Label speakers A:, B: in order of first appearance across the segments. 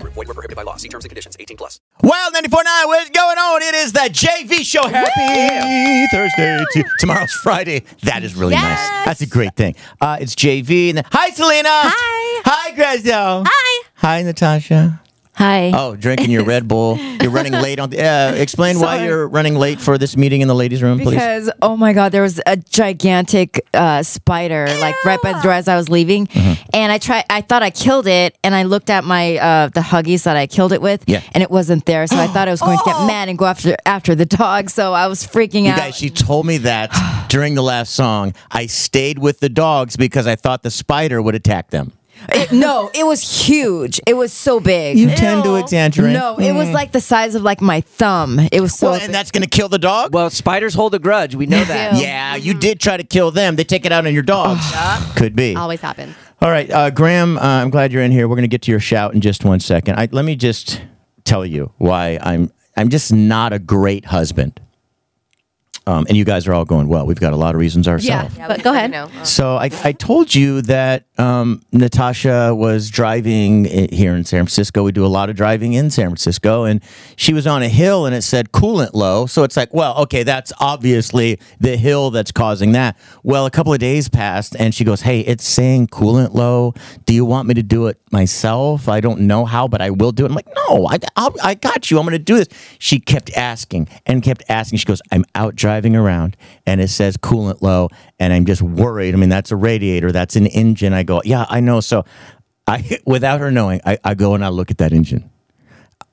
A: Group. Void were prohibited by law. See terms and conditions. 18 plus.
B: Well, 94.9, what's going on? It is the JV show. Happy Thursday. To, tomorrow's Friday. That is really nice.
C: Yes.
B: That's a great thing. Uh, it's JV. And then, hi, Selena.
C: Hi.
B: Hi, Grazel.
C: Hi.
B: Hi, Natasha.
C: Hi.
B: Oh, drinking your Red Bull. You're running late on the. Uh, explain why
C: Sorry.
B: you're running late for this meeting in the ladies' room, please.
C: Because oh my god, there was a gigantic uh, spider like right by the door as I was leaving,
B: Mm-hmm.
C: and I tried. I thought I killed it, and I looked at my uh, the huggies that I killed it with,
B: Yeah.
C: and it wasn't there. So I thought I was going to
D: Oh.
C: get mad and go after after the dog. So I was freaking
B: You
C: out.
B: guys, she told me that during the last song. I stayed with the dogs because I thought the spider would attack them.
C: It- no, it was huge. It was so big.
B: You tend to exaggerate.
C: no, it was like the size of like my thumb. It was so.
B: Well, and that's going to kill the dog?
E: Well, spiders hold a grudge. We know that.
C: do.
B: Yeah, you did try to kill them. They take it out on your dogs. Could be.
D: Always happens.
B: All right, uh, Graham, uh, I'm glad you're in here. We're going to get to your shout in just one second. I, let me just tell you why I'm I'm just not a great husband. Um, and you guys are all going well. We've got a lot of reasons ourselves.
D: but go ahead.
B: So I, I told you that um, Natasha was driving i- here in San Francisco. We do a lot of driving in San Francisco, and she was on a hill, and it said coolant low. So it's like, well, okay, that's obviously the hill that's causing that. Well, a couple of days passed, and she goes, "Hey, it's saying coolant low. Do you want me to do it myself? I don't know how, but I will do it." I'm like, "No, I I'll, I got you. I'm going to do this." She kept asking and kept asking. She goes, "I'm out driving around, and it says coolant low, and I'm just worried. I mean, that's a radiator, that's an engine. I go, yeah, I know. So, I without her knowing, I, I go and I look at that engine.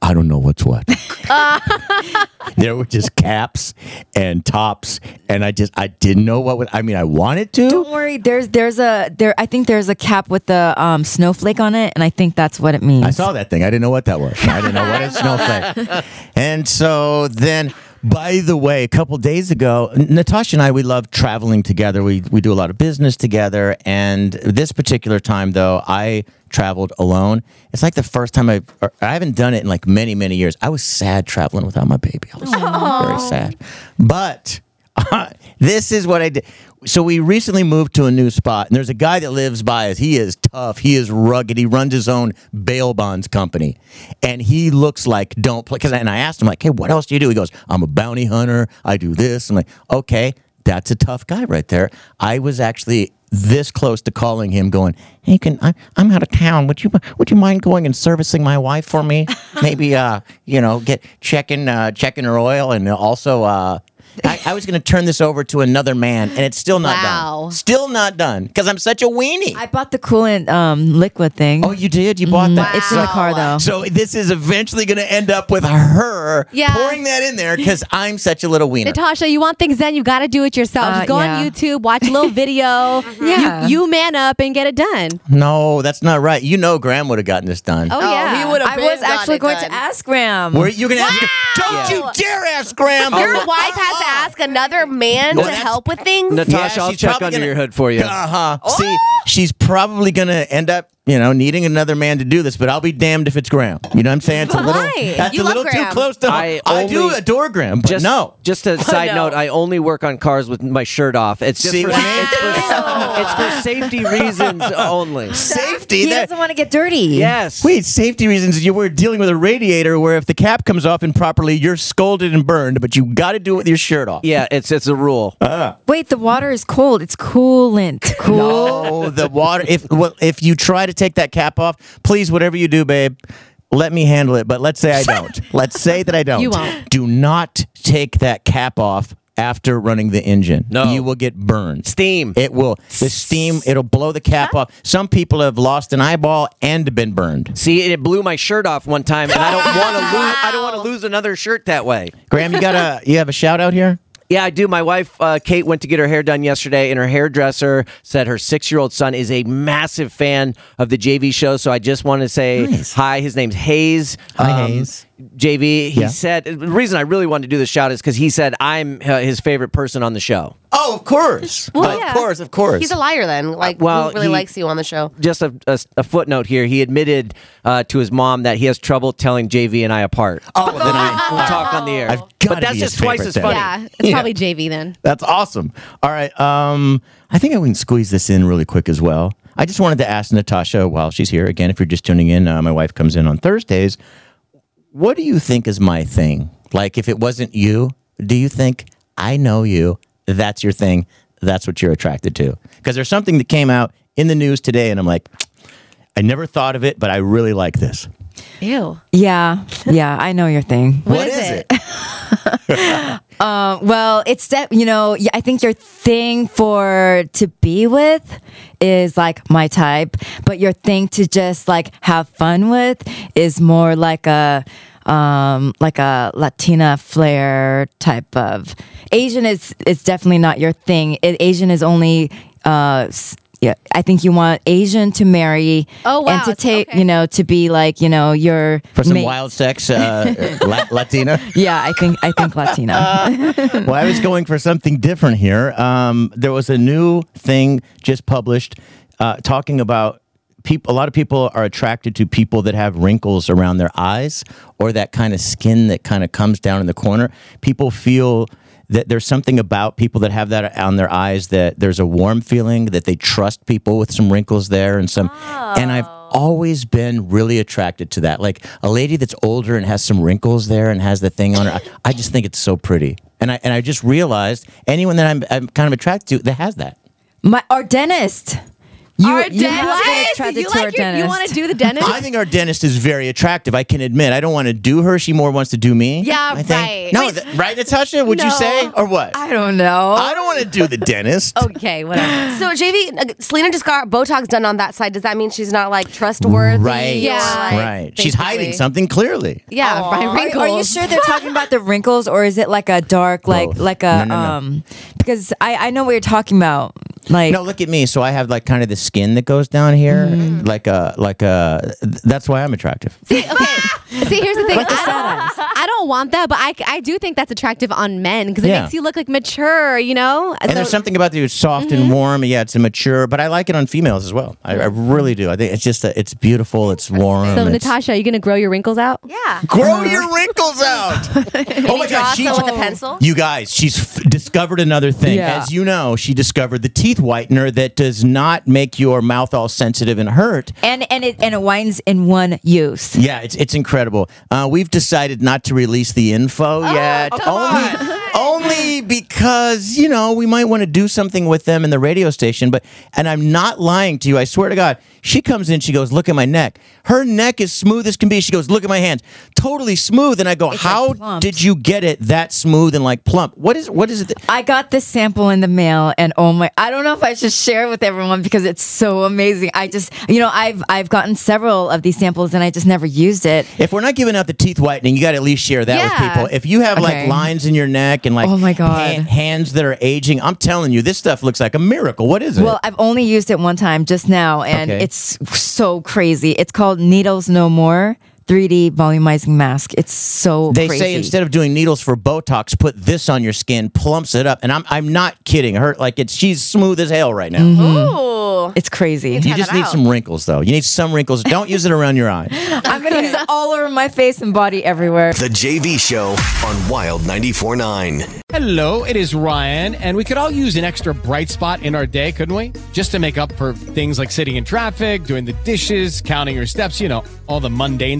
B: I don't know what's what. there were just caps and tops, and I just I didn't know what. Would, I mean, I wanted to.
C: Don't worry. There's there's a there. I think there's a cap with the um, snowflake on it, and I think that's what it means.
B: I saw that thing. I didn't know what that was. I didn't know what a snowflake. And so then, by the way, a couple days ago, N- Natasha and I we love traveling together. We we do a lot of business together. And this particular time though, I traveled alone. It's like the first time I I haven't done it in like many many years. I was sad traveling without my baby. I was very sad. But this is what I did. So we recently moved to a new spot, and there's a guy that lives by us. He is tough. He is rugged. He runs his own bail bonds company, and he looks like don't play. Cause, and I asked him like, "Hey, what else do you do?" He goes, "I'm a bounty hunter. I do this." I'm like, "Okay, that's a tough guy right there." I was actually this close to calling him, going, "Hey, can I, I'm out of town? Would you would you mind going and servicing my wife for me? Maybe uh, you know, get checking uh, checking her oil, and also uh." I, I was going to turn this over to another man, and it's still not
D: Wow.
B: done. Still not done because I'm such a weenie.
C: I bought the coolant um, liquid thing.
B: oh, you did? You bought that?
C: It's in the car though.
B: So this is eventually going to end up with her
D: Yeah.
B: pouring that in there because I'm such a little wiener.
D: Natasha, you want things done, you got to do it yourself.
C: Uh,
D: Just go
C: yeah.
D: on YouTube, watch a little video.
F: Mm-hmm.
C: Yeah.
D: You, you man up and get it done.
B: no, that's not right. You know, Graham would have gotten this done.
D: Oh, yeah.
F: he would have
C: I was actually going to ask Graham.
B: Were you going to ask? Don't you dare ask Graham.
F: Your
C: Oh,
F: wife has to ask another man
B: Well,
F: to
B: that's-
F: help with things.
E: Natasha, I'll
B: she's
E: check
B: probably
E: under
B: gonna-
E: your hood for Oh! you.
B: Uh huh. See, she's probably going to end up, you know, needing another man to do this, but I'll be damned if it's Graham. You know what I'm saying? It's a little,
F: Why?
B: that's
F: You
B: a
F: love
B: little too
F: Graham.
B: close to
E: I
B: do
E: only-
B: adore Graham, but
E: Just,
B: no.
E: Just a side
F: no.
E: note. I only work on cars with my shirt off. It's just
B: See
E: for,
B: what I mean?
E: it's, for, it's for safety reasons only.
B: Safety.
C: he
B: That,
C: doesn't want to get dirty.
E: Yes.
B: wait, safety reasons. You were dealing with a radiator where if the cap comes off improperly, you're scolded and burned, but you got to do it with your shirt off.
E: Yeah, it's it's a rule.
B: Uh,
C: Wait, the water is cold. It's coolant. Cool.
B: Oh, the water. If well, if you try to take that cap off, please, whatever you do, babe, let me handle it. But let's say I don't. let's say that I don't.
D: You won't.
B: Do not take that cap off after running the engine.
E: No.
B: you will get burned.
E: Steam.
B: It will. The steam. It'll blow the cap off. Some people have lost an eyeball and been burned.
E: See, it blew my shirt off one time, and I don't want to lose. I don't want to lose another shirt that way.
B: Graham, you got a you have a shout out here.
E: Yeah, I do. My wife, uh, Kate, went to get her hair done yesterday, and her hairdresser said her six year old son is a massive fan of the JV show. So I just want to say hi. His name's Hayes.
B: Hi, Hayes.
E: JV, he
B: Yeah.
E: said the reason I really wanted to do this shout is because he said I'm uh, his favorite person on the show.
B: Oh, of course.
D: Well,
B: of
D: yeah.
B: course, of course.
F: He's a liar then. Like,
E: well,
F: who really
E: he-
F: likes you on the show?
E: Just a, a, a footnote here. He admitted uh, to his mom that he has trouble telling JV and I apart.
B: oh, then I,
E: We'll talk on the air.
B: I've gotta
E: but that's
B: be his
E: just twice
B: favorite
E: as
B: then.
E: funny.
D: Yeah, it's probably JV then.
B: That's awesome. All right. Um, I think I can squeeze this in really quick as well. I just wanted to ask Natasha while she's here again. If you're just tuning in, uh, my wife comes in on Thursdays. What do you think is my thing? Like, if it wasn't you, do you think I know you? That's your thing. That's what you're attracted to. Because there's something that came out in the news today, and I'm like, I never thought of it, but I really like this.
D: Ew.
C: Yeah, yeah, I know your thing.
D: what is, it?
C: Well, it's that you know. yeah, I think your thing for to be with is like my type, but your thing to just like have fun with is more like a um like a Latina flair type of Asian is is definitely not your thing. It, Asian is only uh s- yeah. I think you want Asian to marry
D: Oh, wow.
C: and to take
D: Okay.
C: you know to be like you know your
B: For some
C: mate.
B: wild sex, uh, La- Latina.
C: yeah. I think I think Latina.
B: well, I was going for something different here. Um, there was a new thing just published uh, talking about people. A lot of people are attracted to people that have wrinkles around their eyes or that kind of skin that kind of comes down in the corner. People feel that there's something about people that have that on their eyes that there's a warm feeling that they trust people with some wrinkles there and some. And I've always been really attracted to that. Like a lady that's older and has some wrinkles there and has the thing on her. I, I just think it's so pretty. And I and I just realized anyone that I'm, I'm kind of attracted to that has that.
C: My our dentist. You,
D: Our
C: you have to
D: dentist?
C: get attracted
D: You
C: to
D: like
C: our
D: your-
C: dentist.
D: You want to do the dentist?
B: I think our dentist is very attractive. I can admit. I don't want to do her. She more wants to do me.
F: Yeah,
B: I think.
F: right.
B: No,
F: Wait.
B: th- right, Natasha? Would you
D: No.
B: say or what? I,
C: I don't know.
B: don't want to do the dentist.
D: okay, whatever.
F: So JV, uh, Selena just got Botox done on that side. Does that mean she's not like trustworthy?
B: Right.
F: or, like,
B: right. She's hiding
F: basically-
B: something clearly.
F: Yeah, my
C: Are-
F: wrinkles.
C: Are, you sure they're talking about the wrinkles, or is it like a dark, like
B: Both.
C: like
B: No,
C: a
B: no, no.
C: um? Because I I know what you're talking about. Like
B: No, look at me. So I have like kind of the skin that goes down here, like a like a. th- That's why I'm attractive.
D: See, okay. See, here's the thing. I, don't, I don't want that, but I, I do think that's attractive on men because it
B: Yeah.
D: makes you look like mature, you know?
B: and there's something about the it's soft and warm. Yeah, it's immature, but I like it on females as well. I, I really do. I think it's just a, it's beautiful. It's warm.
D: so,
B: it's-
D: Natasha, are you going to grow your wrinkles out?
F: Yeah.
B: grow your wrinkles out. Uh-huh. oh my
F: Draw
B: god, she
F: some with a pencil.
B: You guys, she's f- discovered another thing.
C: Yeah.
B: As you know, she discovered the teeth whitener that does not make your mouth all sensitive and hurt.
C: and and it and it winds in one use.
B: Yeah, it's it's incredible. Uh, we've decided not to release the info yet, only only because you know we might want to do something with them in the radio station. But and I'm not lying to you. I swear to God, she comes in, she goes, "Look at my neck. Her neck is smooth as can be." She goes, "Look at my hands, totally smooth." And I go, "How
C: plumped.
B: did you get it that smooth and like plump? What is what is it?" that-
C: I got this sample in the mail, and oh my! I don't know if I should share it with everyone because it's so amazing. I just, you know, I've I've gotten several of these samples, and I just never used it.
B: If we're not giving out the teeth whitening, you got to at least share that
D: Yeah.
B: with people. If you have like
C: Okay.
B: lines in your neck and like
C: Oh my God.
B: ha- hands that are aging, I'm telling you, this stuff looks like a miracle. What is it?
C: Well, I've only used it one time just now, and
B: Okay.
C: it's so crazy. It's called Needles No More 3D Volumizing Mask. It's so
B: they
C: crazy.
B: say instead of doing needles for Botox, put this on your skin, plumps it up, and I'm I'm not kidding. Her like it's she's smooth as hell right now.
C: Mm-hmm.
F: Ooh.
C: it's crazy.
B: You
F: Try
B: just
F: that
B: need
F: out.
B: some wrinkles though. You need some wrinkles. Don't use it around your eye.
C: I'm gonna use it all over my face and body everywhere.
G: The JV Show on Wild 94.9.
H: Hello, it is Ryan, and we could all use an extra bright spot in our day, couldn't we? Just to make up for things like sitting in traffic, doing the dishes, counting your steps, you know, all the mundane